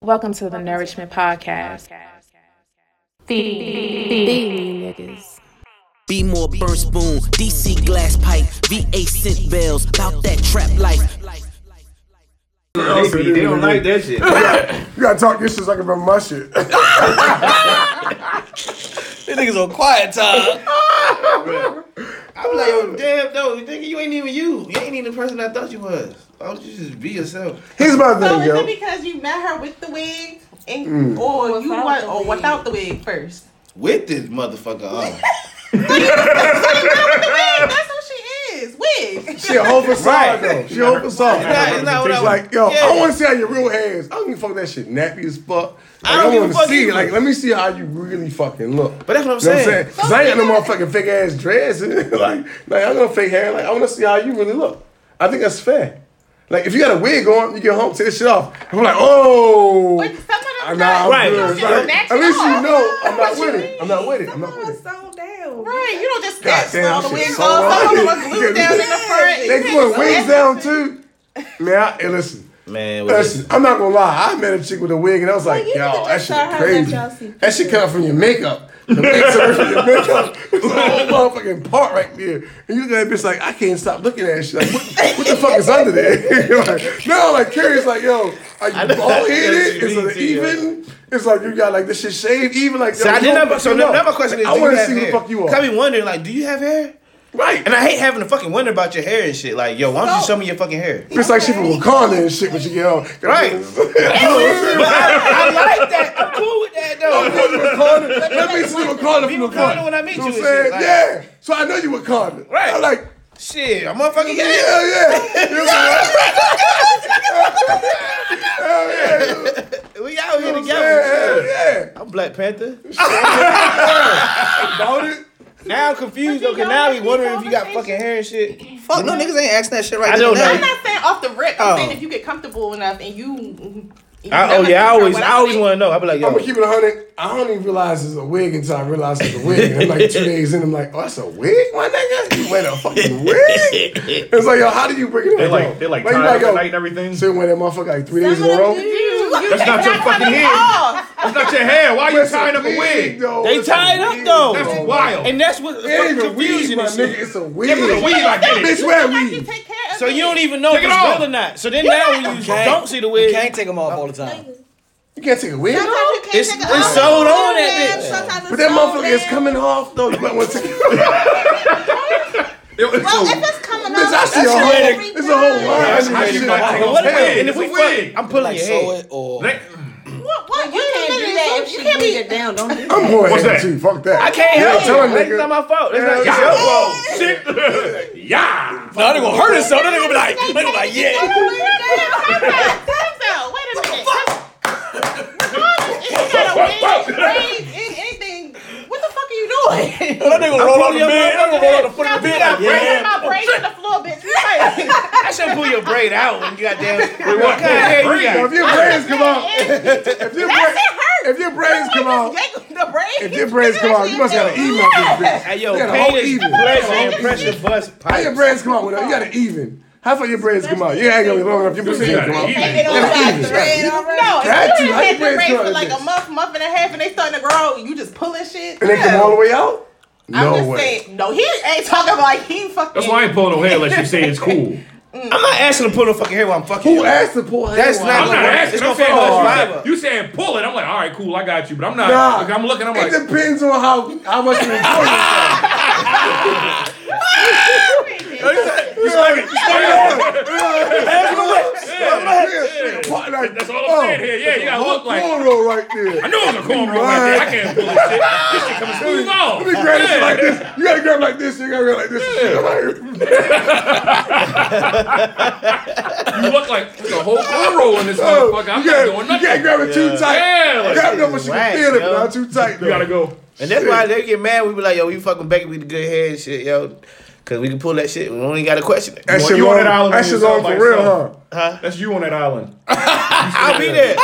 Welcome to the Nourishment Podcast. Feed me niggas. Be more burn spoon, DC glass pipe, VA scent bells, bout that trap life. They, be- they don't like that shit. You gotta talk your shit so I can remember my shit. These niggas on quiet time. I'm like, yo, damn, though, nigga, you ain't even you. You ain't even the person I thought you was. Why don't you just be yourself? Here's my thing, So is it yo. because you met her with the wig, and, Mm. or you want, or without the wig first? With this motherfucker on. Wig, that's who she is. Wig. She a whole facade though. She a whole facade. not- it's not what I She's was- like, yo, Yeah. I want to see how your real hair is. I don't even fuck that shit nappy as fuck. Like, don't I, give a want to fuck see. either. Like, let me see how you really fucking look. But that's what I'm You know saying. Cause I ain't got no motherfucking fake ass dress. like, like I got no fake hair. Like, I want to see how you really look. I think that's fair. Like, if you got a wig on, you get home, take the shit off. I'm like, oh. But some of them Nah, I'm Right. good. You It's just like, snatch at it least you off. know I'm not What you with it. I'm not with it. I'm not with it. so down. Right. You don't just God snatch damn, all the shit, wigs so off. Some of them what? are glued down in the front. They put wigs down too. Now, hey, listen. Man, with Listen, this. I'm not gonna lie. I met a chick with a wig, and I was like, you "Yo, could've that just saw shit her and crazy. let y'all see That shit come from your makeup. The wigs are from your makeup. It's a whole motherfucking part right there. And you look at that bitch like, I can't stop looking at that shit. Like, what, what the fuck is under there? like, no, like curious, like, yo, are you know- bald Yes, headed? you Is need it to, yeah. even? It's like you got like this shit shaved even. Like, So, yo, I you did don't not, so fucking now know. now my question is, I want to see who the fuck you Cause I are. be wondering, like, do you have hair? Right. And I hate having to fucking wonder about your hair and shit. Like, yo, why don't you show me your fucking hair? It's like she from Wakanda and shit when she get home. Right. But I, I like that. I'm cool with that though. Let me see Wakanda Be from Wakanda Wakanda. when I meet what you I'm and shit, saying? like- yeah. So I know you Wakanda. Right. I'm like, Shit, I'm motherfucking yeah, yeah. yeah. You know We out here what I'm saying? together. yeah. I'm Black Panther. I bought it. Now I'm confused though, cause y'all now I be have wondering these if you got fucking conversations? hair and shit. Fuck, no niggas ain't asking that shit right I don't now. I'm not saying off the rip. I'm Oh. saying if you get comfortable enough and you. and you I, never oh yeah, I see her always, I without always it. want to know. I be like, yo, I'm gonna keep it hundred. I don't even realize it's a wig until I realize it's a wig. And like two days in, I'm like, oh, that's a wig, my nigga. You wear a fucking wig. It's like, yo, how do you break it up? They yo? like they like you tied up yo, at night and everything. So you wear that motherfucker like three days Some in a of row. them do. You That's not your take fucking them head. off. That's not your hair. Why you That's tying up a wig? though. They That's a tied up, wig, though. That's though. wild. and that's what It ain't fucking even weed, confusing my and shit. nigga. It's a If wig. it's a wig, I get it. Bitch, wear Like you weed. take care of So you don't it. even know if Take it it's off. real or not. So then now when you Okay. don't see the You wig, can't take them off all the time. You can't take a wig. Sometimes you can't It's- take it it's off. sewed on that Sometimes bitch. it's But that sewn motherfucker is down. coming off though. You might want to take it. Well, if it's coming Bitch, I off, see a that's whole. every It's a whole time. line. That's of how you shit. gonna take Like, off what a hell. if, and if It's we a fuck, wig. I'm pulling Like your sew head. it or They- What? What? You can't do that if she beat it down. Don't do that. I'm going What's ahead that? too. Fuck that. I can't Yeah, help tell it. a That's nigga. not my fault. That's not Yeah, it's your fault. whoa, shit. Yeah. no, they gonna hurt themselves. Then they gonna be like, they gonna be like, yeah. Wait a minute. If you got a wig, braids, an- anything, what the fuck are you doing? Well, they gonna roll out the pulling bed. They your gonna roll out the foot of the bed. Like, Bringing yeah. my braids to the floor, bitch. Right. I should pull your braid out when you got down. What kind of hair you Yo, If got? your brains come out, That if your shit brains, hurts. if your brains come out, The braids. if your brains come out, you must have an even out this bitch. Hey yo, You got a pain whole is even. pleasure and pressure bust How your pipes. brains come out with that? You got an even. How far your brains come out? You ain't gonna be long enough. Your brains You got ain't come out. it. They don't got thread already. No, Got if you to. done How you had the braids braids grow for like like a this? month, month and a half, and they starting to grow, you just pulling shit. And they Yeah. come all the way out? No I'm just way. saying, no, he ain't talking about he fucking. That's why I ain't pulling no hair unless you say it's cool. I'm not asking to pull no fucking hair while I'm fucking. Who you. asked to pull hair? That's out? not I'm not It's asking. gonna I'm fit saying, much oh, fiber. you saying pull it. I'm like, all right, cool. I got you. But I'm not. Nah. Like, I'm looking. I'm It like, depends on how how much you enjoy yourself. that's all I'm saying here. Yeah, you gotta look like. cornrow oh. right there. I knew it was a cornrow right there. I can't pull this shit. This shit coming smooth off. Let me grab it like this. You gotta grab it like this. You gotta grab it like this. I'm like, You look like there's a whole cornrow in this oh, motherfucker. I'm you not can't, doing nothing. You can't grab it too tight. Yeah, like, grab it shit up is when you whack, can feel it, yo. but not too tight. Though. You gotta go. And that's why they get mad. We be like, yo, we fucking Becky with the good hair and shit, yo. Cause we can pull that shit. We don't even gotta question it. That Boy, shit you on long. that island That by shit's on yourself, by for real, huh? yourself. That's you on that island. I'll be there.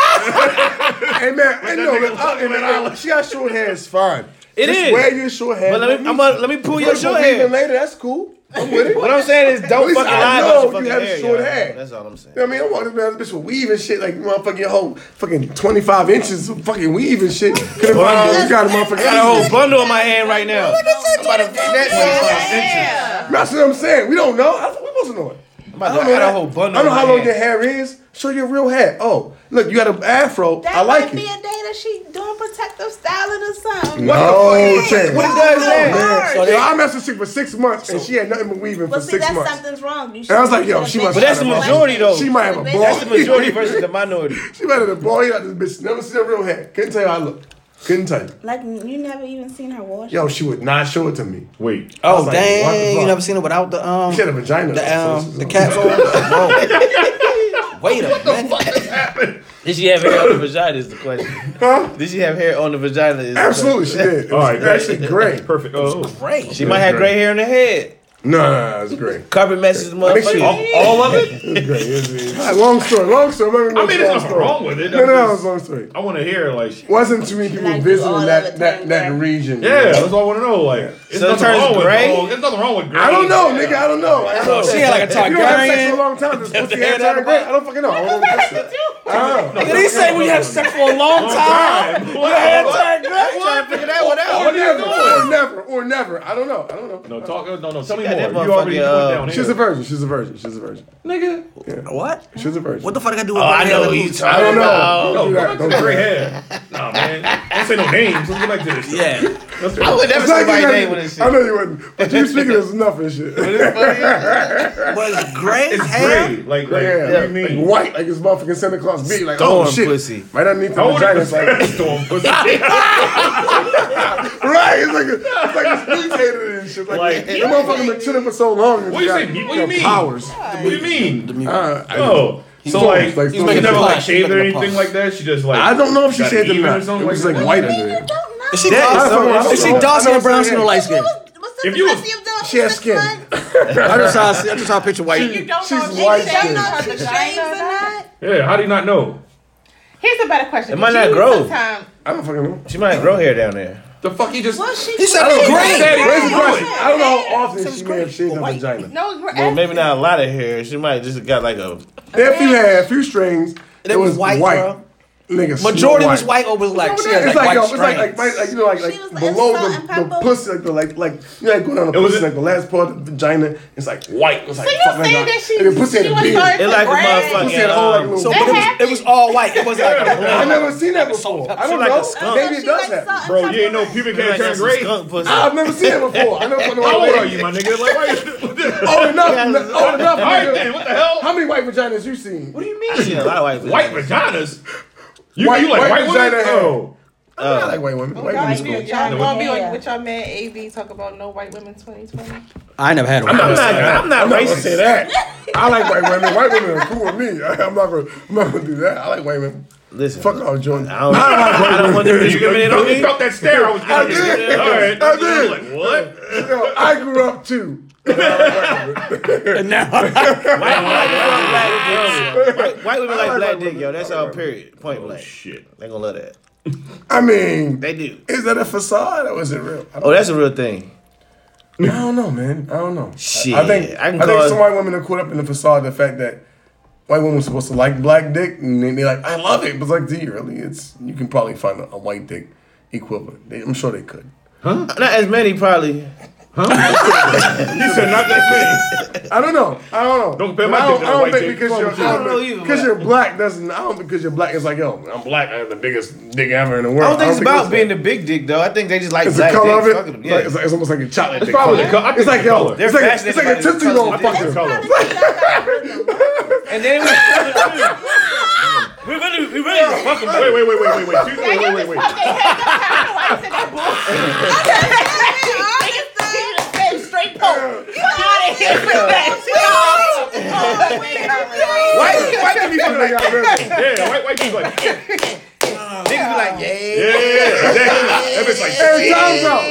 Hey uh, man, I know nigga that was out in on that that island. She got short hair. It's fine. It Just is. wear your short hair. But let me, I'm gonna, let me pull your First short one leaving hair. later. That's cool. I'm with it. What I'm saying is, At don't least fucking I lie know about your you fucking have hair, short y'all. hair. That's all I'm saying. You know what I mean, I'm walking around this bitch with weave and shit, like motherfucking your whole fucking 25 inches of fucking weave and shit. Could have Wow. you got a motherfucking. I got a whole bundle in my hand right now. I'm about to that That's what I'm saying. We don't know. I we supposed to know it. I'm about to- I got a whole bundle I don't know in how my long hand. your hair is. Show your real hair. Oh, look, you got an afro. That I like might be a it. day that she doing protective styling or something. No chance. What it does Man. that? Yo, I messed with chick for six months and she had nothing but weaving Well, for see, six that's months. something's wrong. You I was like, yo, should- she must But that's the That's majority though. She might have a ball. That's the majority versus the minority. She better than boy out this bitch. Never seen her real hair. Couldn't tell you how I look. Couldn't tell you. Like you never even seen her wash. Yo, she would not show it to me. Wait. I was like, Oh what the dang! fuck? You never seen it without the um. She had a vagina. The So um she's the on- caps on. Whoa. Wait a minute. Did she have hair on the vagina? Is the question. Huh? Did she have hair on the vagina? Is the Absolutely, question. she did. It All was right, great. actually great. Perfect. Oh. Great. She might have gray hair in her head. No, no, no, it's great. Carpet matches the think she- motherfucker. All, all of it. It's great. It's, it's, All right, long story, long story. I'm not I mean, gonna go there's long nothing story. wrong with it. No, no, I'm no, it just- was long story. I want to hear like. sh- Wasn't too many people Like, all visiting of that, it that, that turned region. Yeah, that's all I want to know. Like, it's So it nothing turns wrong with gray? oh, There's nothing wrong with gray. I don't know, nigga. I don't know. I don't know. She had like a You don't have sex for a Targaryen. long time. Does pussy the hair head out turn of gray? the- I don't fucking know. I don't know. Uh, this shit. I don't know. Did he say we have sex for a long time? What the hell? I'm trying to figure that one Or out. never, or never, or never. I don't know. I don't know. No, talk. No, no. Tell me got more. that You already motherfucking, went uh, down. She's here. a virgin. She's a virgin. She's a virgin. What? She's a virgin. What the fuck I do with Oh, I my hair know and what you boots? I talking don't about. know. No, Don't do go that. back to Don't the do gray that. hair. Nah, man. Don't say no names. Let's go back to this. stuff. Yeah. Let's I go. would never It's say like my you name with wouldn't- this I know shit. you wouldn't. But you speaking is enough and shit. It's funny. Was gray It's hair? gray. Like, like, Yeah, what do you like mean? white, like it's motherfucking Santa Claus beat, like oh Storm shit, pussy. right underneath the I want vagina. to It's like confess to him. pussy. right, it's like it's like it's mutated and shit. Like, Like- the motherfucker been chilling for so long. it's What do you got, say? What do know, you mean? Powers. What do you mean? Uh, I- Oh. So Storm, like, like she Storm. He's never making a like pun. shaved or He's making a anything pun. like that. She just like I don't know if she got shaved even them or or not. something It was like like that. white under there. Don't know. Is she That is dark? something Is she else. dark I skin know or brown what skin or I'm light skin? If you was- She has skin. I'm just trying to see. I'm just trying to picture You white. don't She's know if white she shaved skin. her She shaves vagina or or not. not? Yeah. How do you not know? Here's a better question. It might Did not you grow. sometime- I don't fucking know. She might grow hair down there. The fuck you just. Well, she He said it was gray. "Oh, Raise the Yeah. question. I don't know how often Sounds she great. may have shaved her White. vagina. No, we're Well, asking. maybe not a lot of hair. She might just got like a. If you had a few strings, It it was was white, white. bro. Nigga, Snow Majority was white or was like she had It's like like, white yo, it's like, like, strands. like, like, you know, like, like She was like below salt the, and the pepper. pussy, like the, like, like, you know, like going down the It was a- pussy, like the last part of the vagina. It's like white. It's like So you fuck, saying like, that she, and the pussy had she a was beard. hard It to like a grab? motherfucker. Pussy had a whole like um, little. So but it was, it was all white. It wasn't like a I blonde. never seen that before. I don't like a know. skunk. Maybe She it does like happen. salt and Bro, you ain't no pepper. pubic hair Like turn some gray. How skunk pussy. I've never seen it before. I never fucking know. old are you, my nigga? Like, why you? Old enough. Old enough. All right then. What nigga. the hell? How many white vaginas you seen? What do you mean? I see a lot of white. White vaginas. You, White- you like white white, vagina women? hair. Oh. I Uh, like white women. White Y'all, women's ain't cool. doing- y'all gonna be Yeah. on with your man AB talk about no white women 2020. I ain't never had I'm one. not. I'm not I'm not gonna racist. say that. I like white women. White women are cool with me. I, am not gonna. I'm not gonna do that. I like white women. Listen. Fuck all Jordan. I don't, I don't want to discriminate on You me. felt that stare I was I giving you. did. All right. I did. Like, what? Yo, I grew up too. And now White, white women like like black white dick, yo. That's all. Period. Point Oh blank. shit. They gonna love that. I mean, They do. is that a facade or is it real? I don't, Oh, that's a real thing. I don't know, man. I don't know. I- Shit. I, think I I, can think call- some white women are caught up in the facade. The fact that white women are supposed to like black dick, and then they're like, I love it. But it's like, do you really? It's you can probably find a, a white dick equivalent. They, I'm sure they could. Not as many, probably. You said not that thing. I don't know. I don't know. Don't compare And my I dick to no don't, I don't white think dick. because Fuck you're, with you. I I don't don't think- either, because but- you're black doesn't. I don't think because you're black it's like yo, I'm black. I have the biggest dick ever in the world. I don't think it's about that. being the big dick though. I think they just like It's the black dick. color of Fucking it. them, yeah. Like, it's, like, it's almost like a chocolate dick. probably color. the color. I think It's like it's the yo, color. it's They're like it's like a fascinated by the tootsie roll color. fucker. Color. and then it was we're gonna we're gonna fuck them. Wait, wait, wait, wait, wait, wait. Two- Wait, wait, wait, wait. They had that kind of white in that bullshit. They straight poke. You out of here with that. She all- Why why do you fucking like that? Yeah, white, white people like, yeah, Niggas be like, yeah. yeah, yeah, exactly. That bitch like, Hey, time's up.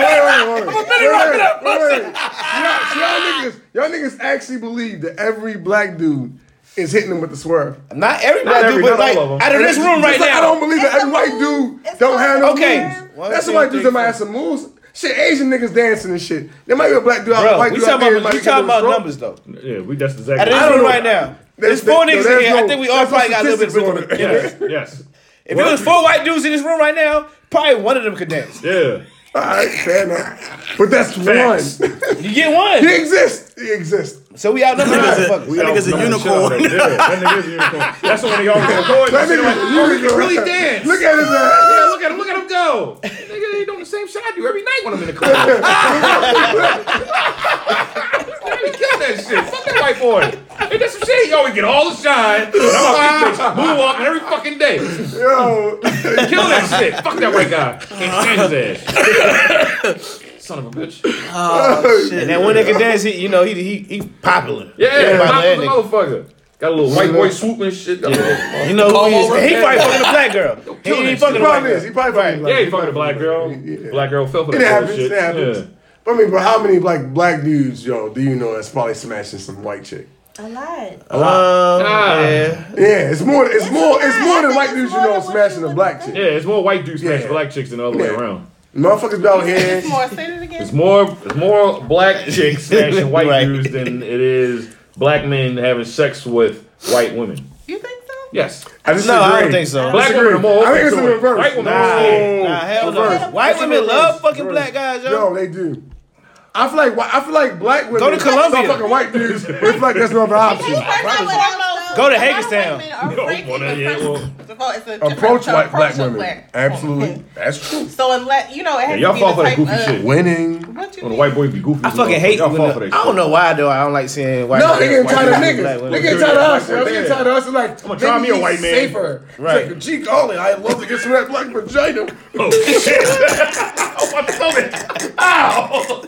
wait, wait, wait, wait. Wait, wait, wait, wait. Y'all, y'all niggas, y'all niggas actually believe that every black dude is hitting them with the swerve. Not everybody, every- but not like all of 'em. out of this room right Just like I now. don't believe that every white dude It's don't not have no Okay. moves. One, That's two, the white dudes three, that might four. have some moves. Shit, Asian niggas dancing and shit. There might be a black dude out, Bro, white we dude out there. talking about, might we get talking a little about stroke. numbers though. Yeah, we that's At exactly. this don't room know. right now, There's- there's four there- niggas in there's here. I no- think we all there's no probably got a little bit of rhythm. statistics on it. Yes, yes. If it was four white dudes in this room right now, probably one of them could dance. Yeah. All right, fair enough. But that's Facts. one. You get one. He exists. He exists. So we outnumbered Niggas motherfuckers. That nigga's a outnumbered the shit unicorn. out of them. Yeah, that nigga's a unicorn. That's the one they always record. That That nigga, like, you nigga- really dance. Look at his uh, ass. yeah, look at him, look at him go. That nigga, he doing the same shit I do every night when I'm in the club. Let me kill that shit. Fuck that white boy. Ain't that some shit? He always get all the shine. But I'm out this bitch moonwalking every fucking day. Yo, Kill that shit. Fuck that white guy. Can't stand his ass. Son of a bitch. And that one that can dance, he, you know, he he he popular. Yeah, yeah Everybody the love motherfucker. Got a little white boy swoop and shit. Got a little- You know who he is. over. He probably fucking a black girl. He killing ain't it. fucking he a white probably girl. is. He probably fucking black. Yeah, he fucking a black girl. Yeah. Black girl fell for It that happens. bullshit. It happens. Yeah. But I mean, but how many like black dudes, yo, do you know that's probably smashing some white chick? A lot. Um, Ah. yeah. Yeah, it's more. It's, It's more. a It's lot. more I than think white it's dudes you more know than what smashing you a would black think. chick. Yeah, it's more white dudes smash Yeah. black chicks than the other way Yeah. around. Motherfuckers out here. More, say it again. It's more it's more black chicks smashing white Right. dudes than it is black men having sex with white women. you think so? Yes. I disagree. No, I don't think so. Black disagree. women are more I think open it's to in it. reverse. White women Nah. are scared. Nah, hell no. Reverse. White women love fucking Reverse. black guys, yo. Yo, they do. I feel like whi- I feel like black women. to Colombia. some fucking white dudes. They feel like that's another option. Go to Hagerstown. Approach white black women. Absolutely, that's true. So unless you know, it has Yeah, y'all to be fall the for that type goofy of, shit. Winning. What you When a mean? white boy be goofy. I fucking hate y'all them. fall for that I don't shit. know why though. I don't like seeing white. No, they getting white tired of women, niggas. black women. They getting tired of us. They getting tired of us. It's like, I'm gonna try me a white man. Safer. Right. Right. Like, G Golly, I love to get some of that black vagina. Oh shit! oh my stomach! Ow!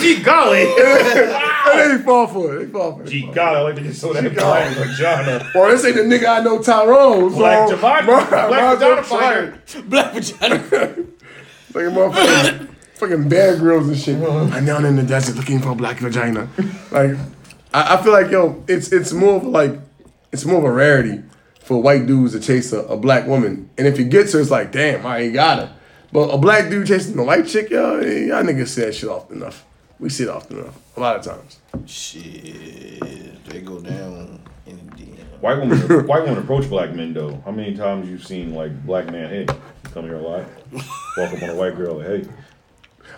Gee golly! And they fall for it. They fall for it. Gee golly! I like to get so that black vagina. Or this ain't the nigga I know, Tyrone. So, Black Javon, bruh, black might as well vagina try fighter. it. Like a motherfucker. Fucking bear grills and shit. I'm down in the desert looking for a black vagina. Like, I, I feel like yo, it's it's more of like, it's more of a rarity for white dudes to chase a, a black woman, and if he gets her, it's like, damn, I ain't got her. But a black dude chasing a white chick, yo, eh, y'all niggas say that shit often enough. We see it often enough, a lot of times. Shit, they go down in the DM. White women, white women approach black men though. How many times you've seen like black man? Hey, you come here a lot. Walk up on a white girl. Like, hey,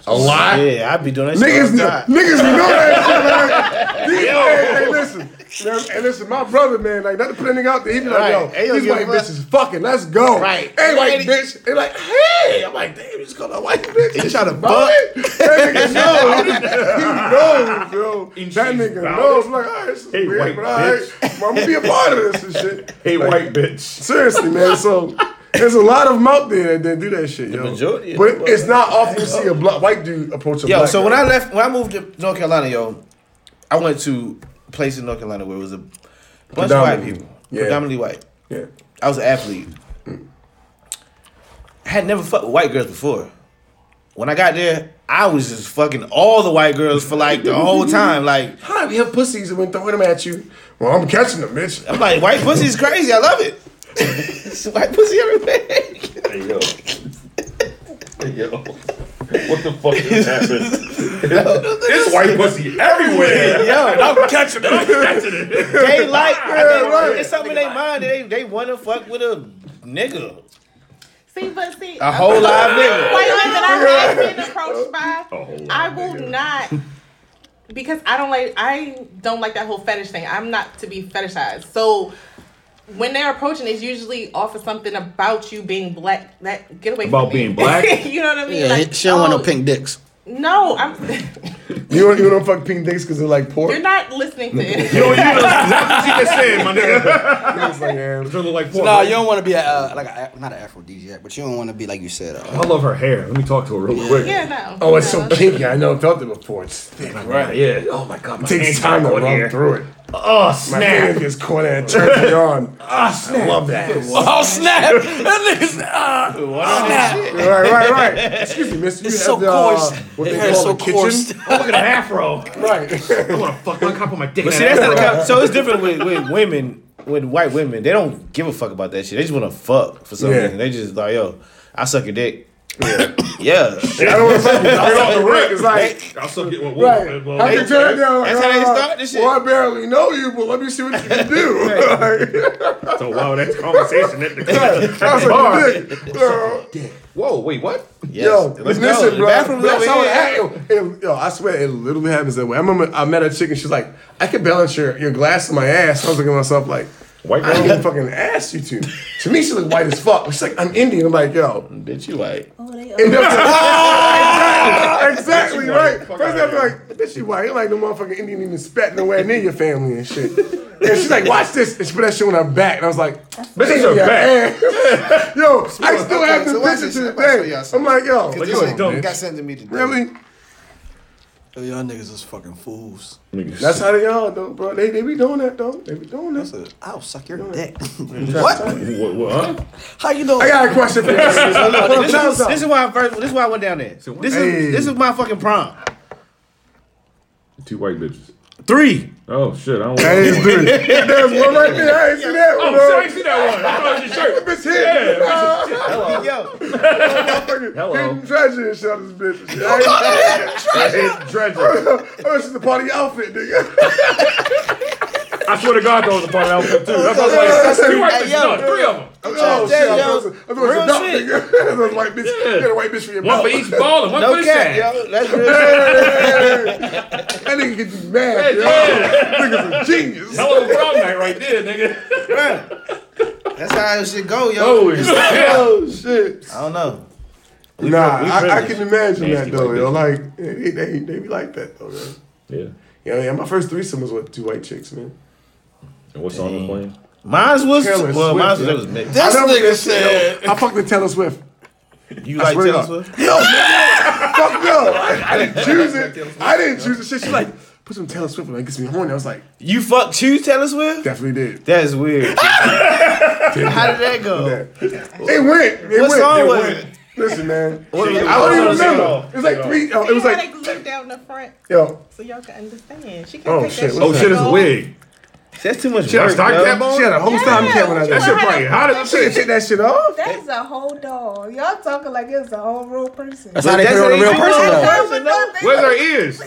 A lot. Yeah, I be doing that shit. Niggas, all the know, time. niggas know that shit, man. These- hey, hey, listen. Now, And listen, my brother, man, like, not to put a nigga out there, he be like, Right. yo, Hey, yo, these give white a fuck. bitches fucking, let's go. Right. Hey, white Right. bitch. They like, hey. I'm like, damn, you just called a white bitch. He trying to buck. That nigga knows. He knows, yo. And That she's nigga about knows. it. I'm like, all right, this is Hey, weird, white but all right. I'm going to be a part of this and shit. hey, Like, white bitch. Seriously, man. So there's a lot of them out there that do that shit, yo. majority of them. but it's not often you see a black white dude approach a Yo, black so when girl. I left, when I moved to North Carolina, yo, I went to a place in North Carolina where it was a bunch of white Predominantly. people, Yeah. predominantly white. yeah. I was an athlete. I had never fucked with white girls before. When I got there, I was just fucking all the white girls for like the whole time. Like, Hi, we have pussies and we throwing them at you. Well, I'm catching them, bitch. I'm like, white pussy is crazy. I love it. It's white pussy everywhere. Hey yo, hey yo. What the fuck just happened? this white pussy everywhere. yo, I'm catching it. I'm catching it. they like, they, right. it's something in their mind that they, they want to fuck with a nigga. See, but see, A whole live nigga. white women that I have been approached by, Oh, I will not because I don't like I don't like that whole fetish thing. I'm not to be fetishized. So when they're approaching, it's usually off of something about you being black. That get away from About me. being black? you know what I mean? Yeah, Like, she don't want oh, no pink dicks. No, I'm. You don't, you don't fuck pink dicks because they're like pork. You're not listening to it. That's what she just said, my nigga. It's like, yeah. She look like pork. Nah, No, you don't want to be a, uh, like a, not an aphrodisiac, but you don't want to be like you said. Uh, I love her hair. Let me talk to her real quick. yeah, no. Oh, it's no. so pinky. I never felt it before. It's thick. Right. Yeah. Oh my god. My It takes time to run through it. Oh My snap. fingers gets caught in a church and on. Oh snap. I love that. oh snap! That nigga's ah, snap. Right, right, right. Excuse me, mister. You It's have so the, uh, coarse. What they It call is so the kitchen? coarse. Oh, look at that afro. Right. I want to fuck my cop on my dick. But see, that's not the kind so it's different with, with women, with white women. They don't give a fuck about that shit. They just want to fuck for some Yeah. reason. They just like, yo, I suck your dick. Yeah. I don't want to fuck with you. Right off the rip, it's like, I'll suck it with wool. right. Well, I can tell you. that's how they uh, start this shit. Well, I barely know you, but let me see what you can do. Like, so wow, that's conversation at the I was club. like, dick, girl. Whoa, wait, what? Yes. Yo, Let's go. listen, The bro. bathroom's That's over how it here. happens. Yo, yo, I swear, it literally happens that way. I remember I met a chick and she's like, I could balance your, your glass in my ass. I was looking at myself like, White I didn't girl? even fucking ask you to. To me, she's like white as fuck. She's like, I'm Indian. I'm like, yo. Bitch, you like. Oh, they And are. that's exactly, exactly Bitch, you white. right. Fuck First thing outta I'm like, bitch, you white. You're like the motherfucking Indian even spat nowhere near your family and shit. And she's like, watch this. And she put that shit on her back. And I was like, Bitch, it's "Yeah, your back. ass." yo, I still Okay, have so the picture watch this to shit. the I'm about to show day. y'all I'm something. like, yo, Cause But this you a nigga dumb got bitch. something to me to do. really? Yo, y'all niggas is fucking fools. That's how they are, though, bro. They, they be doing that, though. They be doing that. I'll suck your dick. what? What, what, huh? How you know? I got a question for you. This is, this is why I first. This is why I went down there. This is Hey. this is my fucking prom. Two white bitches. Three. Oh shit, I don't want That is to. dude. There's one right there. I ain't seen that one. Oh, bro. sorry, I ain't see that one. I thought it was your shirt. Bitch hit. Yeah, Yo, Hello. Hidden treasure and shit out of this bitch. I ain't treasure. Oh, she's a party outfit, nigga. I swear to God, that was a part of the outfit too. That's what I was like. Two white bitches, no, three of them. Oh, shit. I thought it was- I thought it was a Real dump, shit. nigga. I thought it was a white bitch. You had a white bitch for your One mouth. for each ball and one for no the cap, sack. yo. That's real. That nigga get you mad, yo. Nigga's a genius. Hell of a prom night right there, nigga. That's how it should go, yo. Holy shit. Oh, shit. I don't know. Nah, I, I privileged. can imagine that, Nasty though, white yo. Like, they, they, they be like that, though, man. Yeah. Yeah, yeah, my first threesome was with two white chicks, man. And what song was playing? Mine was Taylor well. Swift, Mine was yo. it was mixed. This I never nigga did shit, yo. said. I fucked with Taylor Swift. You I like swear to Taylor God. Swift? Yo, man, fuck no. I, I didn't choose it. I didn't choose the shit. She's like, put some Taylor Swift on it. Gets me horny. I was like, You fuck two Taylor Swift? definitely did. That is weird. How did that go? It went. It What went. song it was went. it? Listen, man. What was it? I don't even Take it remember. off. It was like Take it three. Oh, it was had like, it looped out in the front yo. so y'all can understand. She can Oh, take shit. that Oh, shit. shit, off. That's too much She had, work. a, Doc yo. Cap on? she had a whole time Yeah, cap when I she did was that. like- probably hot as She didn't take that shit off. That's a whole dog. Y'all talking like it's a whole real person. That's how they That's put it on how a real they do it. person, though. That was nothing. Where's her ears?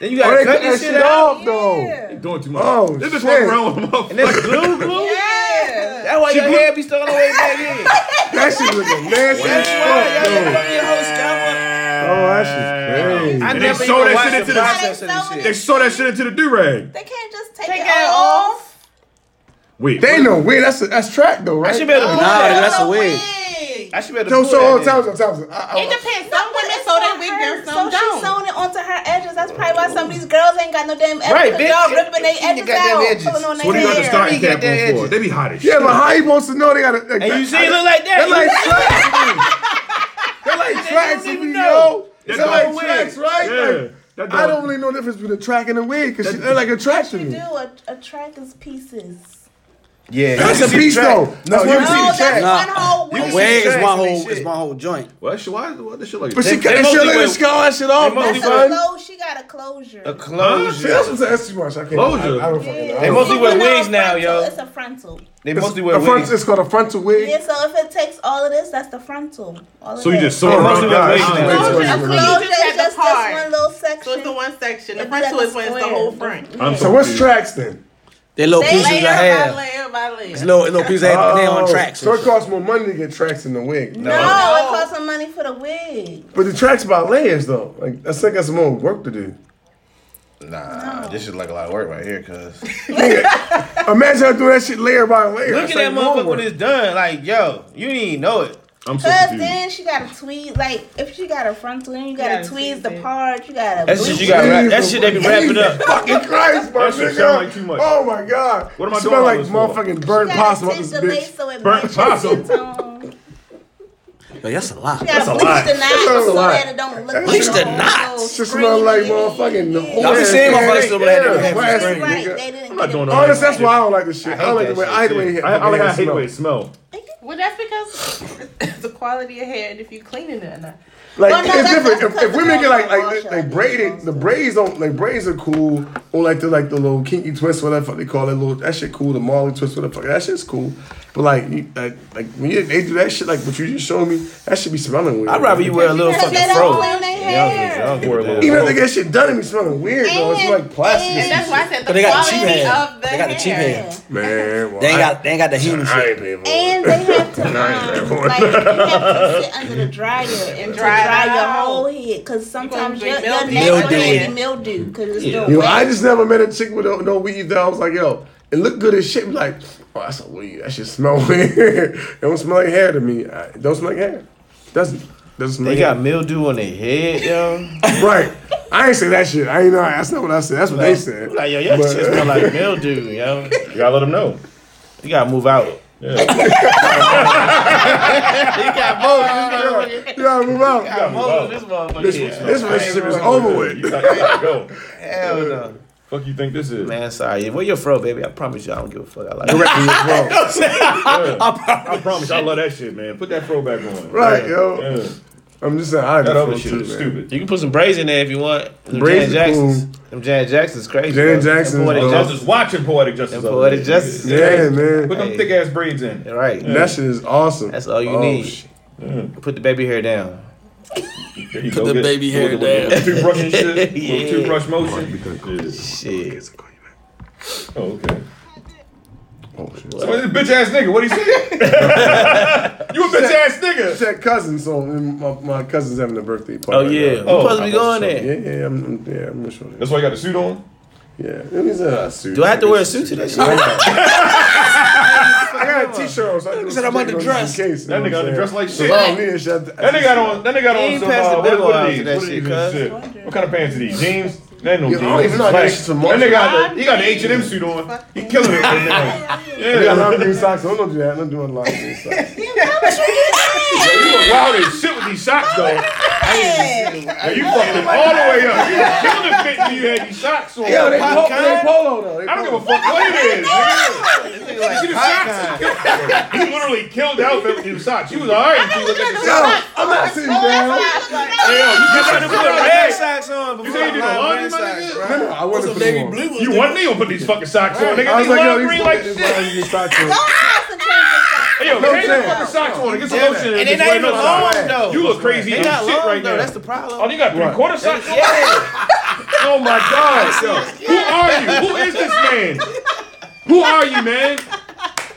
Then you Oh, gotta they cut cut this that shit shit out. off, though. Yeah. Doing too much. Oh, they just shit. walking around with a motherfucker. And that's glue glue. Yeah. That's why your hair be still on the way back in. That shit looking nasty as That's why y'all fuck, never though. fucking whole scalp Oh, that's just crazy. I And they never sew even that watched shit the into the- process of this shit. They sew that shit into the do rag. They can't just take, Take it, it off. Wait, They know where that's that's track though, right? Oh, I should be able to. Nah, that's a wig. It I should be able to. No, pull so that all in. times, all times. I, I, depends. Some women sew that wig down, some so don't. she sewn it onto her edges. That's probably why some of these girls ain't got no damn edges. Right, 'cause bitch. Y'all ripping their edges goddamn out, edges. pulling on what do their you got the hair. stocking Let me cap get that on for? edges. They be hot as shit. yeah, but how you supposed to know they got a? Like, And you see it look like that. They're like you- tracks. They're like tracks don't to me, even know. yo. That They're like dog wig. tracks, right? Yeah, Like, that I dog- don't really know the difference between a track and a wig because they're like a track to You me. do a, a track is pieces. Yeah, That's you a see the piece track. though. No, you No, can Oh, see the that's track. Nah. one whole You wig. can see- Wig is Shit. one whole, Shit. is one whole joint. Well, that shit, why, why that shit like But that? she They- they cut that shit mostly like wear- and scar that shit off. they mostly That's though, a wear- son. cloture. She got a closure. See, A that's closure. what's that's too much. I can't. Closure. I, I don't fucking know. Yeah. I They don't- mostly wear Even wigs a now, frontal, yo. It's a frontal. They It's- mostly wear a front, wigs. It's called a frontal wig. Yeah, so if it takes all of this, that's the frontal. All of So you that. just sew Oh, it mostly around with down. weight She now. just- A Wait, closure wait, wait. is just this Part. one little So it's section. the one section. The It's front like two a is when it's the square. whole front. I'm So what's confused. tracks then? They little They pieces of layer by hair. layer by layer. It's little, little pieces of hair, Uh, but they on Oh, tracks. So it costs more money to get tracks than the wig. No, No. it costs some money for the wig. But the tracks by layers though. Like I still got some more work to do. Nah, this is like a lot of work right here, cuz. Imagine her doing that shit layer by layer. Look at that motherfucker when it's done. Like, yo, you didn't even know it. I'm so Cause confused. then she got a tweed. Like if she got a frontal, then you got gotta to tweeze tweeze the it. part. You got to. That's just you got wrap. That shit they be wrapping up. Fucking Christ, bro. That shit nigga. sound like too much. Oh my god. What am I Smell doing all like this for? motherfucking burnt possum up this bitch. So it Burnt matches possum. your tone. Yo, that's a lot. You gotta a bleach lot. the knots That's a so lot. that it don't look Bleach like the a whole knots. little Just smell like scream. motherfucking the whole Y'all be seeing my fucking ass. silver head. Yeah, Why why is That's it scream, right. nigga. They didn't I'm not get doing it. all Honest, that's why I don't like this shit. I, hate don't like the that way shit, I hate the too. way it I, I like I hate the smell. way it smell. Well, that's because it's the quality of hair and if you cleaning it or not. Like Well, no, it's that's- different. that's If, if because the women get like girls like wash they it. braided, the braids don't like braids are cool, Or like the like the little kinky twist, whatever the fuck they call it. Little that shit cool. The Marley twist, whatever. the fuck, That shit's cool. But like, you, like, like when you, they do that shit, like what you just showed me, that should be smelling weird. I'd rather you wear a little Because fucking they don't fro. clean their hair. Even if they get shit done, it be smelling weird though. It's And- like plastic, And that's why I said the But they got the quality cheap hair. of the They got the cheap hair. man. well, They ain't I- got they ain't got the human I shit. ain't paying for it. And they have to, um, Nice. like, you have to sit under the dryer and dry, dry it dry your out. whole head because sometimes your, drink your mildew. nails will Mildew. be mildew because it's still You know, wet. I just never met a chick with no, no weed that I was like, yo, it looked good as shit. Like, oh, that's a weed. That shit smell weird. it don't smell like hair to me. I, it don't smell like hair. Doesn't doesn't smell. They like got mildew on their head, yo. hair. right. I ain't say that shit. I ain't know. That's not what I said. That's what they said. Like, yo, your But- shit smell like mildew, yo. You gotta let them know. You gotta move out. you gotta move out. this motherfucker. This relationship is over You with. got- you gotta go. Hell no. Fuck you think this is? Man, sorry. Where you from, baby? I promise you, I don't give a fuck. I like it. Yeah. I promise, I love that shit, man. Put that fro back on. Right, Yeah. yo. Yeah. I'm just saying, I ain't That a other fool shit too, is man. stupid. You can put some braids in there if you want. Them Braids Janet is Jacksons. Them Janet Jacksons crazy. Janet bro. Them Jacksons, bro. Poetic I was Justice. just watching Poetic Justice. Them other Poetic day. Justice. Yeah, man. Put them Hey. thick ass braids in. Right. That shit is awesome. That's all you Oh, need. shit. Put the baby hair down. There you Put go, the get- baby hair with the- with the Toothbrush and shit. Yeah. With toothbrush motion. Yeah. Shit. Oh, okay. Oh, shit. So this bitch ass nigga, what he say? you a bitch ass nigga. Check cousin, so my, my cousin's having a birthday Oh party. yeah. Oh, we supposed to be I going thought there. Yeah, yeah, I'm, I'm- yeah, I'm gonna show you. That's why you got the suit on. Yeah, it was a suit. Do I have to wear a suit to that shit? I got a t-shirt. So I said I'm underdressed. Case, That nigga underdressed like shit. Oh, yeah, shit, I- That nigga got on. That nigga got He on ain't some. passed Uh, the what, big what are ones these? to that What are shit, these cuz. shit? What kind of pants are these? Jeans? That ain't no Yeah, I jeans. don't even know. I got Like, some that nigga got Marshall. the, he got the H and M suit on. He killing it right now. He got Yeah, long green socks. on. Don't do that. I'm not doing long green socks. you look wild as shit with these socks though. Yeah, you fucking them all the way up. You killed the fit when you had these socks on. Yo, they, po- they polo though. They I don't give polo. a fuck what it is. nigga. You the socks. You literally killed the outfit with these socks. You was alright until you looked at the socks. Yo, I'm not sitting "Oh, down. Hey, yo, you just had to put on Red red. socks on before You say you did the laundry, my nigga? No, no, I wasn't putting them on. You want me to put these fucking socks on, nigga? I was These like, yo, long these green green like these shit. long green socks. on. Hey, yo, No change the chance. fucking socks on and get some Yeah. lotion. And just it ain't wear even no socks. long, though. You look crazy They as got shit long right though. now. That's the Oh, problem. you got three quarter socks on? Oh my god. Yo. Who are you? Who is this man? Who are you, man?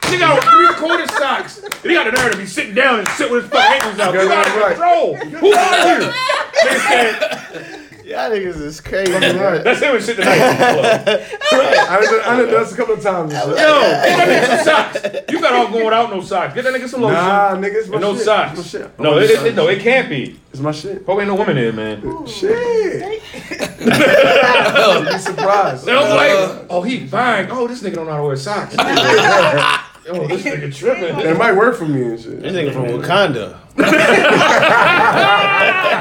He got on three quarter socks. And he got the nerve to be sitting down and sit with his fucking ankles out. You out of right. control. Who are you? Nigga said, Y'all niggas is crazy. That's him and shit tonight. I done I done done this a couple of times. and shit. Yo, get that nigga some socks. You better all go without no socks. Get that nigga some lotion. Nah, nigga, it's my and no shit. socks. It's my shit. No, it, it, it- no, it can't be. It's my shit. Probably ain't no women in, man. Shit. Be surprised. They don't like. Oh, he fine. Oh, this nigga don't know how to wear socks. oh, this nigga tripping. It might work for me and shit. This nigga from Wakanda.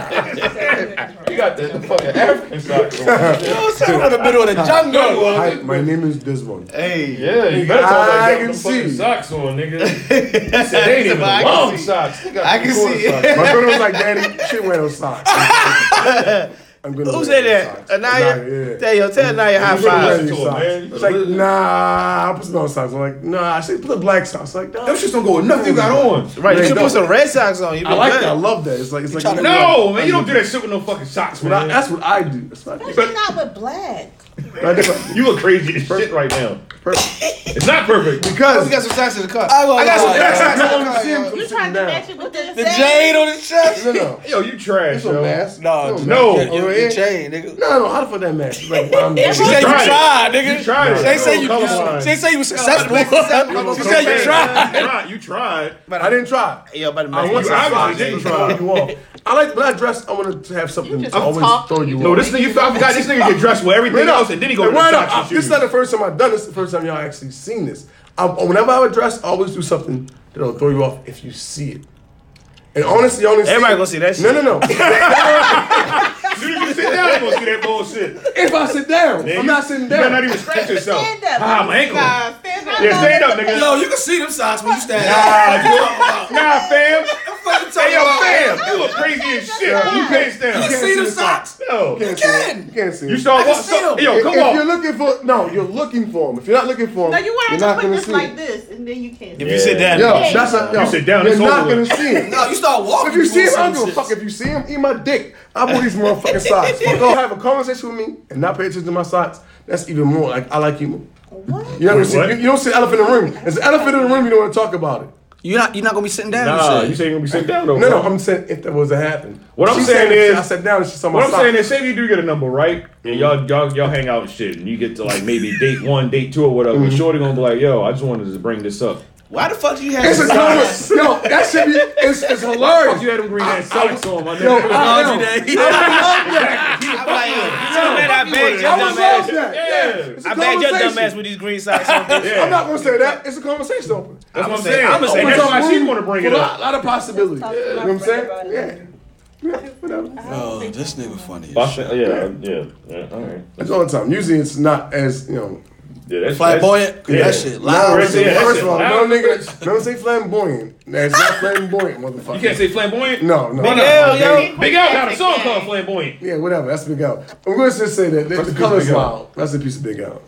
You got the, the fucking African socks on. I'm in the middle of the jungle. Hi, my name is this one. Hey. Yeah, you better talk I about can the fucking see. socks on, nigga. He said they ain't even I can long see. socks. I can see. My brother was like, Daddy, shit wear no socks. I'm gonna Who wear said no that? socks. Anaya? yeah. Tell yo, tell Anaya high She wear five. these to him, socks. man. She's like, nah, I'll put some other socks. I'm like, nah, I said put the black socks. Like, no. Them shits don't go with nothing you got on. Right, you They should don't. put some red socks on. You I like that. I that. love that. It's like it's like tryna- No, man, you don't do that shit with no fucking socks, But I, man. that's what I do. That's what I do. She's not with black. Like, that's what- you look crazy as shit right now. It's not perfect. We got some socks in the car. I got some You trying to match it with the The jade on his chest? No, no. Yo, you trash, It's a yo. mask. No, No. Your, your, yeah. your chain, nigga. No, no. How the fuck that mask? It's Like, I'm She said you tried it. tried, nigga. You tried it. They say Yo, come on. you. They say you were successful. She Come said on. you tried. You tried. You tried. I didn't try. Yo, about to I make want you- to obviously try. didn't Didn't try. You off. I like when I dress. I want to have something just to always talk. throw you No, off. this nigga, I forgot this nigga get dressed with everything else and then he go to Right the up. socks and This is shoes. not the first time I've done this. The first time y'all actually seen this. I, whenever I would dress, I always do something that'll throw you off if you see it. And honestly, only Everybody see gonna see that No, shit. no, no. As soon as you sit down, you gonna see that bullshit. If I sit down, Man, I'm you- not sitting You better down. not even stretch yourself. Stand up. Ah, my ankle. Nah, stand up. Yeah, stand up, nigga. Yo, you can see them socks when you stand up. Nah, you- nah, fam. What the fuck you Hey, talking yo, about? fam. You look crazy as shit. Pull your pants down. You can see them socks. No. though. You can. You can't see You him. saw what? see so- him. Yo, If- come if you're on. looking for no, you're looking for him. If you're not looking for him, No, you are want to not put gonna this see like him. this, and then you can't. If you sit down, Yo, that's a, yo, You sit down, You're it's not over gonna with. see him. No, you start walking. If you see him, I I'm don't give a fuck if you see him. Eat my dick. I wear these motherfucking socks. Fuck off. Have a conversation with me and not pay attention to my socks. That's even more like I like you. more. You don't, Wait, see, what? you don't see the elephant in the room. There's an elephant in the room. You don't want to talk about it. You're not, you're not gonna be sitting down. Nah, you you say said. you gonna be sitting down though. No, bro. no, I'm saying if that was to happen. What I'm She saying said- is- I sat down and she saw my What I'm socks. saying is, say if you do get a number, right? And y'all, y'all, y'all hang out and shit, and you get to like maybe date one, date two, or whatever. Shorty gonna be like, "Yo, I just wanted to bring this up." why the fuck you it's have a conversation. Yo, that should be. It's, it's hilarious. You had him green ass socks on, my Yo, I, nigga. yo, I'm like, yo, you tell me that I bagged your I dumb was ass. lost that. Yeah. Yeah, it's a I bagged your dumb conversation. ass with these green socks on. bitch. Yeah. I'm not gonna say that. It's a conversation open. That's what I'm saying- saying. I'ma say And that's that's why Room she's gonna bring for it a up. lot, lot of possibilities. Talk to You know my what I'm friend saying? about Yeah. it. Yeah, whatever. Oh, this nigga funny. I As shit. said- Yeah, yeah, yeah. All right. It's all the time. Usually it's not as, you know. Yeah, that's Flamboyant. 'Cause Yeah. That shit loud. First- yeah, first that's of all, it. no nigga, don't say flamboyant. That's not flamboyant, motherfucker. You can't say flamboyant. No, no. Big no. L, yo. Big Al got a song called Flamboyant. Yeah, whatever. That's Big L. I'm going to just say that. That's The a color's piece of Big L. wild. That's a piece of Big L.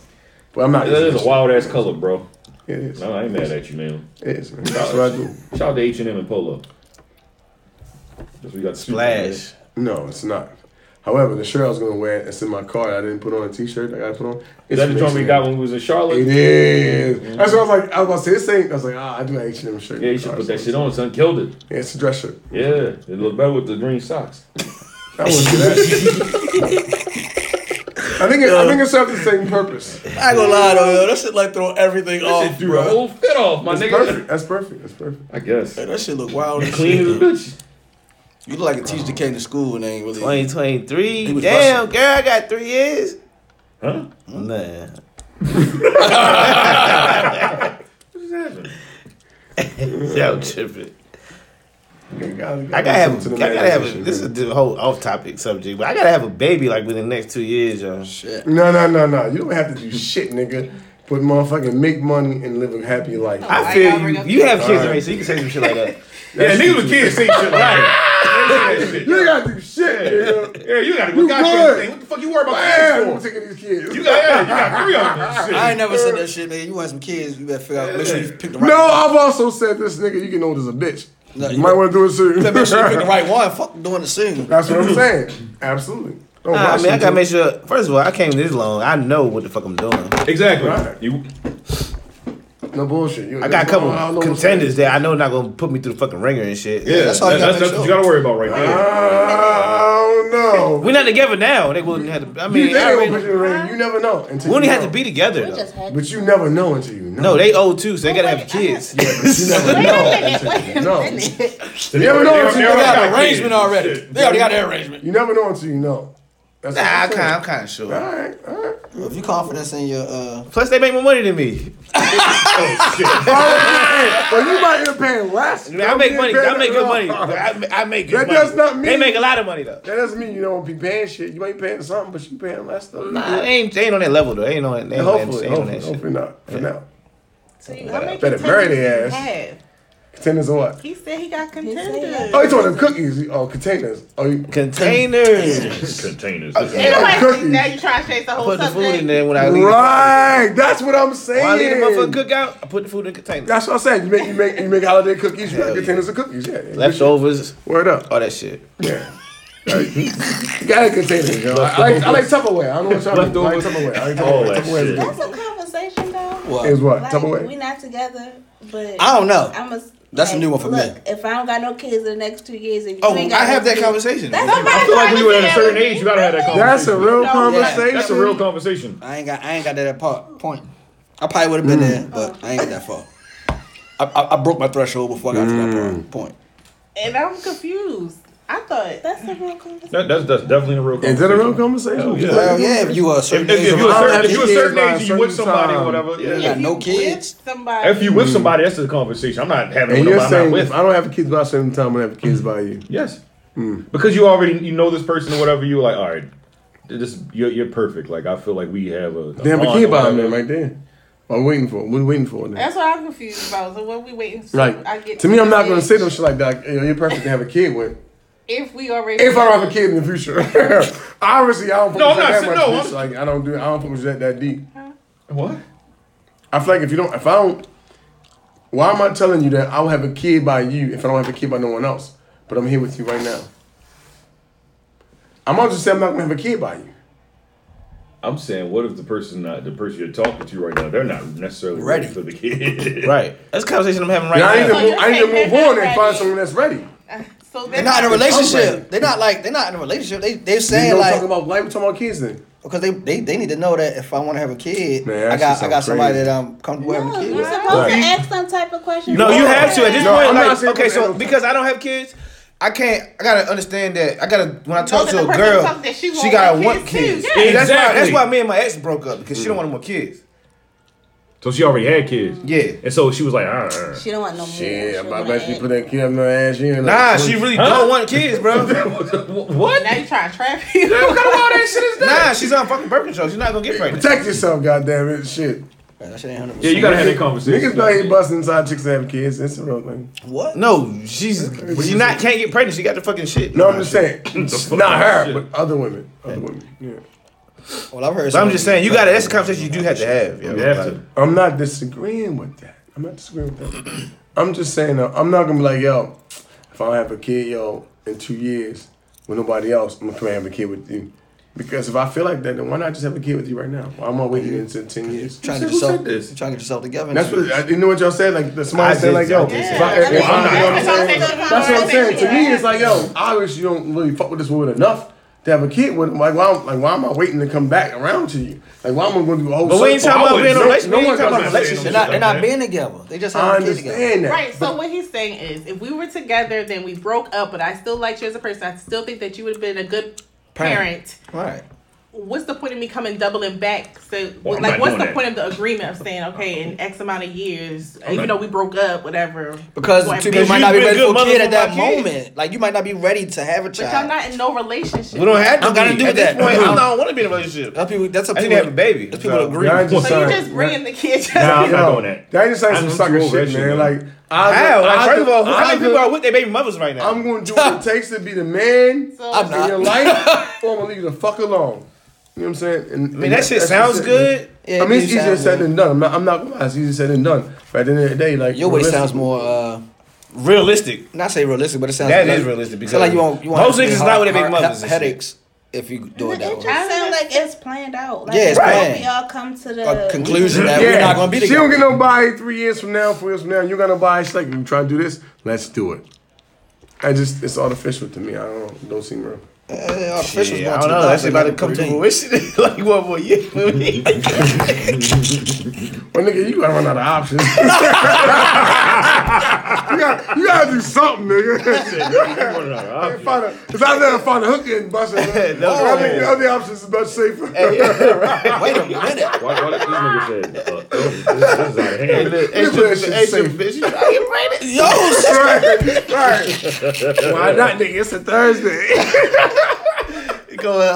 But I'm not. That using is a wild ass color, bro. shit. It is. No, I ain't mad at you, man. It is, man. That's what I do. Shout out to H and M and Polo. That's what we got. Flash. No, it's not. However, the shirt I was going to wear, it's in my car. I didn't put on a t-shirt. I got to put on. Is It's that the joint we H&M. got when we was in Charlotte? It is. That's what I was like. I was about to say this ain't. I was like, ah, I do an H and M shirt. Yeah, you should put that shit on. Son killed it. Yeah, it's a dress shirt. Yeah, it looked better with the green socks. I wouldn't do that. I think it, I think it serves the same purpose. I ain't gonna lie though, yo. That shit like throw everything off, Shit threw the bro. whole fit off, my That's nigga. perfect. That's perfect. That's perfect. I guess. Hey, that shit look wild as Clean as shit. a though. bitch. You look like a teacher that came to school and they ain't really. 2023. He was Damn, busting. girl, I got three years. Huh? Nah. What's happening? Yo, tripping. I I gotta have. A, I gotta have. A, this is the whole off-topic subject, but I gotta have a baby like within the next two years, yo. Shit. No, no, no, no. You don't have to do shit, nigga. But motherfucking make money and live a happy life. I I feel gotta bring you. up You have kids Alright. already, so you can say some shit like that. Yeah, niggas with kids say shit like you ain't gotta do shit, nigga. Yeah, you gotta You go. good. God thing. What the fuck you worry about Man, I'm kids for? taking these kids. You got, yeah, you got three of them. Shit. I ain't never said that shit, nigga. You had some kids, you better figure out, make sure you pick the right no, I've also said this nigga. You can know this a bitch. No, you you might don't. want to do it soon. one. Make sure you pick the right one. Fuck doing the same. That's what I'm saying. Absolutely. Don't Nah, I rush mean, I into gotta it. make sure. First of all, I came this long. I know what the fuck I'm doing. Exactly. Right. You, No bullshit. You- I got a I don't couple know what's contenders that I know not gonna put me through the fucking ringer and shit. yeah, that's that's, all you that's, gotta that's, make what you sure. gotta worry about right there. I don't know. We're not together now. They wouldn't have. To, I mean, You, they I don't put already, you in the ring. You never know. Until we only you had know. to be together We though. just had. But you never know until you know. No, they old too, so they gotta wait, I have kids. You never Wait know. a minute. Wait a No. minute. You never know what you They got got an arrangement already. They already got an arrangement. You never know until you know. That's Nah, what I I'm kinda, saying. I'm kind of sure. All right, all right. If you confidence in your uh, Plus, they make more money than me. But you might get paying less. I, mean, I make You're money. paying I make good it money. all. I, ma- I make good That money. does not They mean- make a lot of money though. That doesn't mean you don't be paying shit. You might be paying something, but you paying less though. Nah, they ain't, they ain't on that level though. They ain't on. They ain't, on- hopefully, they ain't on hopefully, that shit. hopefully not. For now, So you, how many Better bury their contenders ass. do you have? containers or what? He said he got Oh, contenders. you talking about cookies? Oh, containers. Oh, you Containers. Containers. Ain't nobody- Cookies. Now you trying to change the whole Put the subject. food in there when I leave. right? That's what I'm saying. When I leave the motherfucker cookout, I put the food in the container. That's what I'm saying. You make you make you make holiday cookies. You Hell got yeah. containers of cookies. Yeah. Leftovers, Word up. all that shit. Yeah. you gotta contain it, yo. I like, I like Tupperware. I don't know what y'all do. I like Tupperware. I like All Tupperware. that Tupperware is shit. good. That's a conversation though. what? Is what? Like, we Tupperware? not together, but I don't know. I'm a. That's a like, new one for me. look, If I don't got no kids in the next two years, and you Oh, ain't I got have no that kids- conversation. That's That's not I my feel like when you at a conversation. certain age, you gotta have that conversation. That's a real No, conversation. That's a real conversation. I ain't got I ain't got that part, point. I probably would have been there, but I ain't got that far. I, I, I broke my threshold before I got to that part, point. And I'm confused. I thought That's a real conversation. That, that's, that's definitely a real conversation. Is that a real conversation? Hell yeah. Well, yeah, if you are a certain If, if, if age, you a I don't certain, have if you a kids, certain by a age, and you with certain somebody time. Mm. or whatever. you Yeah. got no kids. If somebody. If you with somebody, that's the conversation. I'm not having one And you're about not saying with. if I don't have kids by a certain time, I'm gonna have kids by you. Yes. Mm. Because you already you know this person or whatever. You're like, all right, this you're, you're perfect. Like I feel like we have a, a Damn, a bond kid or by whatever. man right there. I'm waiting for. We're waiting for it. That's what I'm confused about. So what we waiting for? Like to me, I'm not gonna say no shit like that. You know, you're perfect to have a kid with. if we already If I don't have a kid in the future, obviously I don't. fuck No, I'm not with Jack that saying- much, no, bitch. like I don't do. I don't fuck with Jack that deep. What? I feel like if you don't, if I don't, why am I telling you that I'll have a kid by you if I don't have a kid by no one else? But I'm here with you right now. I'm not just saying I'm not gonna have a kid by you. I'm saying, what if the person not the person you're talking to right now, they're not necessarily ready, Ready. for the kid. Right. That's the conversation I'm having right And I need to now. you're move, I need to saying move they're on not and ready. find someone that's ready. so They're not in a ready. relationship. They're not like they're not in a relationship. They they're We saying don't like talk about life. We talking about kids then. because they, they they need to know that if I want to have a kid, Man, that I got shit I got sound somebody crazy. that I'm comfortable having a kid You're with. supposed Right. to ask some type of question. No, you have to at this No, point. I'm not like, saying okay, so that. because I don't have kids, I can't. I gotta understand that. I gotta when I talk that to the a person girl, talking that she she want gotta more want kids, kids. too. Yeah, that's why. That's Exactly. why me and my ex broke up because she don't want more kids. So she already had kids. Yeah. And so she was like, ah, ah. She don't want no more. She Shit, don't but I wanna bet you ask. put that kid up in her ass. She ain't Nah, like- she really don't want kids, bro. what? Now you trying to trap you. nah, she's on fucking birth control. She's not gonna get pregnant. protect yourself. Goddamn it, shit. That shit ain't hundred Yeah, you percent. gotta have that conversation. Niggas know ain't busting inside chicks to have kids. It's a real thing. What? No, she's she not can't get pregnant. She got the fucking shit. No, I'm just saying, it's fuck? not her, Shit. but other women, other women. Yeah, Well, I've heard. But I'm just saying you somebody- gotta. That's a conversation you do have to have. yo. You have Like, to. I'm not disagreeing with that. I'm not disagreeing with that. I'm just saying, though, I'm not gonna be like, yo, if I don't have a kid, yo, in two years with nobody else, I'm gonna come have a kid with you. Because if I feel like that, then why not just have a kid with you right now? Why am I waiting until ten years? trying to Who get said yourself this? trying to get yourself together. and That's shit. what I, you know what y'all said. Like the I somebody said, did- like yo, I did say if I- if- that. if I- you know Yeah. what I'm That's what I'm saying? saying. That's what I'm saying. To me, it's like yo, obviously you don't really fuck with this woman enough to have a kid with. Him. Like why? Like why am I waiting to come back around to you? Like why am I going to do a whole? But we ain't circle? talking I about being in a wouldn't- relationship. no We one ain't does talking about that. relationships. They're not they're not being together. They just I having a kid together. understand that. Right. So what he's saying is, if we were together, then we broke up, but I still liked you as a person. I still think that you would have been a good parent. Right. What's the point of me coming doubling back? So, Well, I'm like, not what's doing the that. point of the agreement of saying, okay, in X amount of years, not- even though we broke up, whatever? Because Well, the two because people might you not be been ready good for a kid mother at that for my kid. moment. Like you might not be ready to have a But y'all child. not in no relationship. We don't have to. I'm gonna be. do At this that. point, I don't want to be in a relationship. That's people. That's how I need people to have a baby. That's people So, agree. Y'all just So you sound- just bringing the kid. Just Nah, I'm yo, not doing that. Y'all just saying I'm some too sucker old for shit, that man. shit, Like man. I, How? Like, I- first of all, who- how I- many people are with their baby mothers right now? I'm going to do what it takes to be the man So- I'm in not. your life, or I'm gonna leave you the fuck alone. You know what I'm saying? And, I mean, that shit sounds good. Yeah, I mean, it it's do easier sound said good. than done. I'm not, I'm not gonna lie, it's easier said than done. But at the end of the day, like Your way realistic- sounds more. uh Realistic. Not say realistic, but it sounds That is realistic because So like you want you want most niggas is not with their big heart- mothers and headaches if you do it It that just way. sound like it's planned out. Like, Yeah, it's I hope planned. Uh, We all come to the A conclusion that we're not gonna be She don't together. get nobody three years from now, four years from now. You got nobody. She's like, you trying to do this? Let's do it. I just, it's artificial to me. I don't, don't seem real. Uh, artificial's Yeah, I going don't know. That shit about to 2011, come to 13. fruition. like one more year. Well, nigga, you gotta run out of options. you, gotta, you gotta do something, nigga. find a, it's out there to find a hooker and bust it. No, I think man. the other options is much safer. Wait a minute. Why, why did this nigga said, uh, oh, this, this is out of hand. Extra- extra bitch. You trying to get pregnant? Yo, right, sis- right. Why not, nigga? It's a Thursday. You Going up.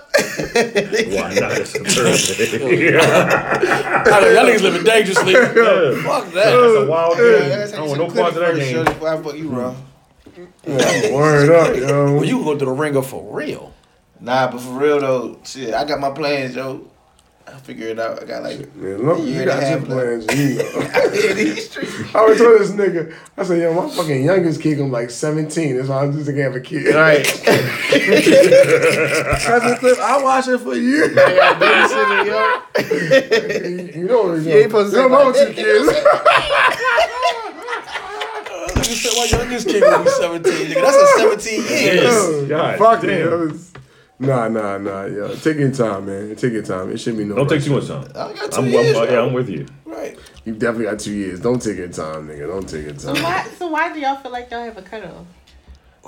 Why not? It's a Thursday. yeah. y'all niggas living dangerously. Fuck that. That's a wild thing. I don't want no parts of that game. Word up, yo. Well, you go to the ringer for real. Nah, but for real though, shit, I got my plans, yo. I figure it out. I got like Man, look, you Yeah, got they your have plans. You know. these streets. I always told this nigga, I said, yo, my fucking youngest kid, I'm like 17. That's why I'm just gonna have a kid. All right. Cousin Cliff, I watched it for years. you know what ain't supposed to You say know what I'm kids. Nigga said, "Why your youngest kid gonna be 17? Nigga, that's a 17 years. Yo, God Fuck damn. it. that was- Nah, nah, nah, yo. Take your time, man. Take your time. It should be no. Don't take rush. too much time. I got two I'm, I'm, years. yeah, I'm with you. Right. You definitely got two years. Don't take your time, nigga. Don't take your So time. why, so why do y'all feel like y'all have a cutoff?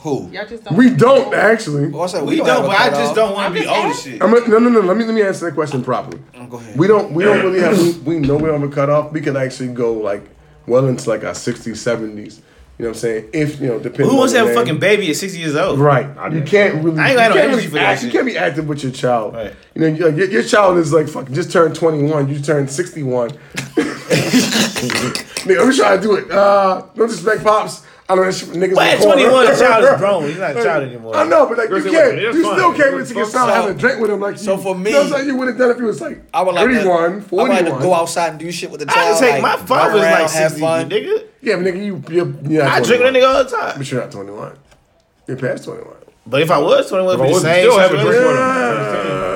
Who? Y'all just don't. We don't actually. Well, I said, We don't don't, have a but I cutoff. just don't want I'm to be just old as asking. shit. I'm gonna- no, no, no. Let me let me answer that question properly. Oh, Go ahead. We don't we don't really have we, we know we don't have a cutoff. We could actually go like well into like our 60s, 70s. You know what I'm saying? If you know, depending. Who wants to on have the a man. fucking baby at six years old? I Right. You didn't. can't really. I ain't got you no can't energy really for that act- shit. You can't be active with your child. Right. You know, you- like, your, your child is like fucking just turned 21. You turned 61. Nigga, I'm trying to do it. Uh, no disrespect, pops. I know that shit from niggas. But in at the corner. 21, a child is grown. He's not a child anymore. I know, but like you Girls say, can't. wait, that's You fine. still can't wait to get sound So- having a drink with him. Like so you- for me, that's like you would have done if you was like I would like to, 31, I would 41. like to go outside and do shit with the I child. just take my like, father's run like around, have 60, fun. nigga. Yeah, but nigga, you you're, you're not I drink with 21. that nigga all the time. But you're not 21. You're past 21. But if I was 21, it'd I be the wasn't same. still having situation. drinks with him.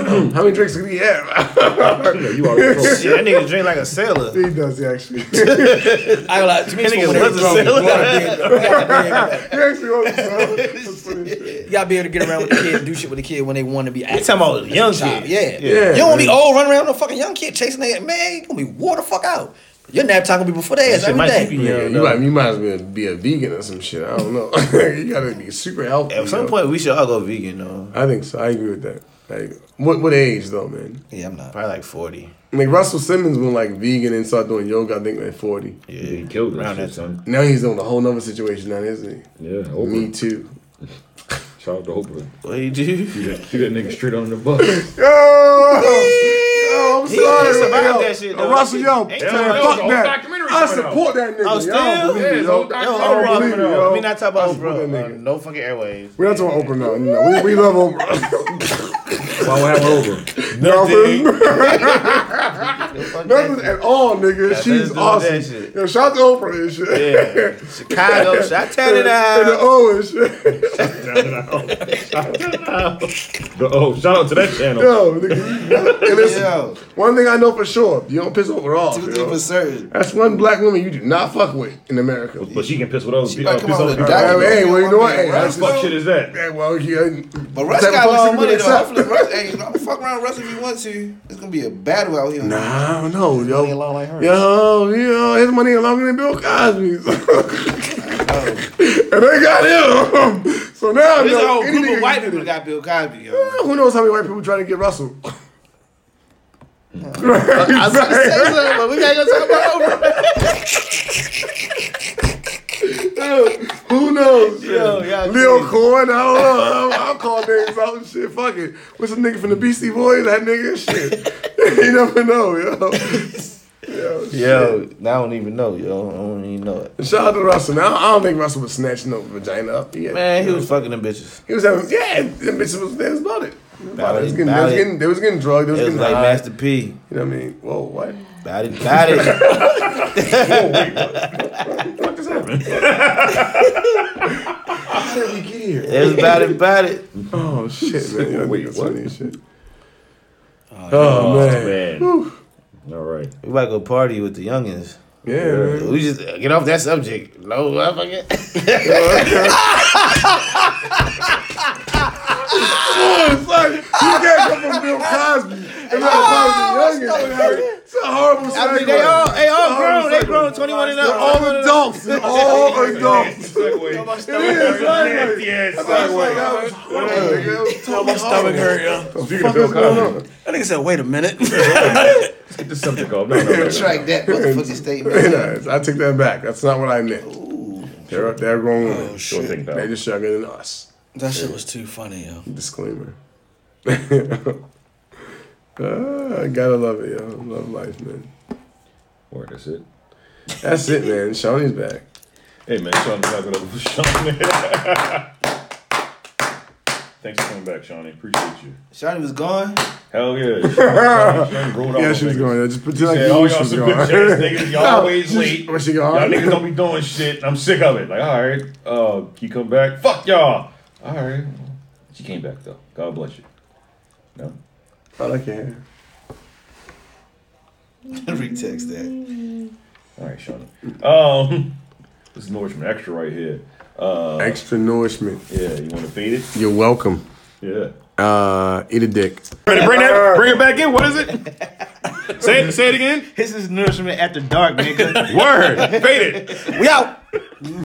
How many drinks did he have? You already told me. Shit, that nigga drink like a sailor. he does, he actually. he I like to me, Niggas it's when was a they're drunk. You sailor. gotta, be, actually owns his own. That's funny shit. you gotta be able to get around with the kid, and do shit with the kid when they want to be You active. talking about a young child. kid? Yeah. Yeah, You don't want to be man. old running around with a fucking young kid chasing their man. You gonna be wore the fuck out. Your nap time gonna be before theirs Shit, every might day. keep you Yeah, young, you though. might, you might as well be a vegan or some shit. I don't know. you gotta be super healthy. At some yo. point, we should all go vegan, though. I think so. I agree with that. Like, what what age though, man? Yeah, I'm not. Probably like 40. Like Russell Simmons went like vegan and started doing yoga. I think like forty. Yeah, He killed that around shit, that time. son. Now he's doing a whole nother situation now, isn't Yeah, he? Me Oprah. too. Shout out to Oprah. What do you do? She that, she that nigga straight under the bus. Yo, yo I'm He sorry, survived yo. that shit, though. Russell, yo, Ain't man, no- that was fuck a whole that. documentary I coming out. support that nigga. Oh, Y'all don't still? believe Yeah, it, it's yo. a whole I Yo, don't documentary Oprah, believe it, coming out. yo. Let me not talk I about support Oprah. that Uh, nigga. no fucking airwaves. We're not talking Oprah now. No, we, we love Oprah. Why would I have Oprah? Nothing. Fuck Nothing that. at all, nigga. Got nothing to do She's with awesome. that shit. Yo, shout out to Oprah and shit. Yeah. Chicago, shot it And the out. O and shit. Oh, shout out to that channel. Yo, nigga. And listen, Yo. one thing I know for sure, you don't piss Oprah off. yo. certain. That's one black woman you do not fuck with in America. But she can piss with those. might Uh, come piss out off with people. a Hey, document. hey, well, you know what? Yeah, Hey, right. that's What fuck shit is that? Hey, well, uh, yeah. But Russ Type of got a folks lot of you money can though. accept. Hopefully, Russ, hey, fuck around with Russ if you want to. It's gonna be a battle out here. Nah, I don't know, yo. money alone like hers. Yo, yo, his money is longer than Bill Cosby's. and they got him. So now, There's yo, a whole any group nigga of white can do people that that. got Bill Cosby, yo. Who knows how many white people trying to get Russell? I was gonna say something, but we ain't gonna talk about Oprah. Who knows? Yo, y'all Lil crazy. Corn, I don't know. I'll, I'll call names out and shit. Fuck it. What's a nigga from the BC Boys? That nigga shit. you never know, yo. Yo, I don't even know, yo. I don't even know it. Shout out to Russell. Now, I don't think Russell was snatching no vagina up. Yeah. Man, he was fucking them bitches. He was having, yeah, the bitch was, that was about it. About it. They was getting- They was About it. getting, they was getting drugged. They was It was getting like high. Master P. You know what I mean? Whoa, what? About it, about it. What the fuck is that, man? How did we get here? It was about it, about it. Oh shit, man. Yo, Wait, niggas what? funny as shit. Oh, man. Man. All right. We about to go party with the youngins. Yeah, man. We just uh, get off that subject. No, motherfucker. It's like, you can't come from Bill Cosby and not Oh, Cosby Youngin. It's a horrible I mean, segue. they all, they all Oh, grown. They segue. grown, 21 and They're up. all of them. adults. They're all adults. Segue. It is, right? Like, Yes. that's like, that was horrible, nigga. That was totally horrible. hurt, yo. What the fuck is going on? That nigga said, wait a minute. Get the subject off. No, no, no, no. Strike that motherfucking statement. Nah, I take that back. That's not what I meant. They're, they're grown Oh, women. Don't think They're that. just younger than us. That shit was too funny, yo. Disclaimer. Ah, I gotta love it, yo. Love life, man. Word, that's it. That's it, man. Shawnee's back. Hey, man. Sean, clap it up for Sean, man. Thanks for coming back, Sean. Appreciate you. Shawty was gone. Hell yeah. Sean, Sean, Sean rolled out Yeah, on she was niggas. going. there. Just pretend like Said, you oh, knew y'all she was some good chess going. niggas. Y'all always She's- late. where she y'all gone? niggas don't be doing shit. I'm sick of it. Like, all right, uh, you come back. Fuck y'all. All right. She came back though. God bless you. No. I like your hair. Retext that. All right, Shawnee. Um, this is Norseman extra right here. Uh, Extra nourishment. yeah, you want to fade it? You're welcome. Yeah. Uh, eat a dick. Ready? Bring that. Bring it back in. What is it? Say it. Say it again. This is nourishment after dark, nigga. Word. Fade it. We out.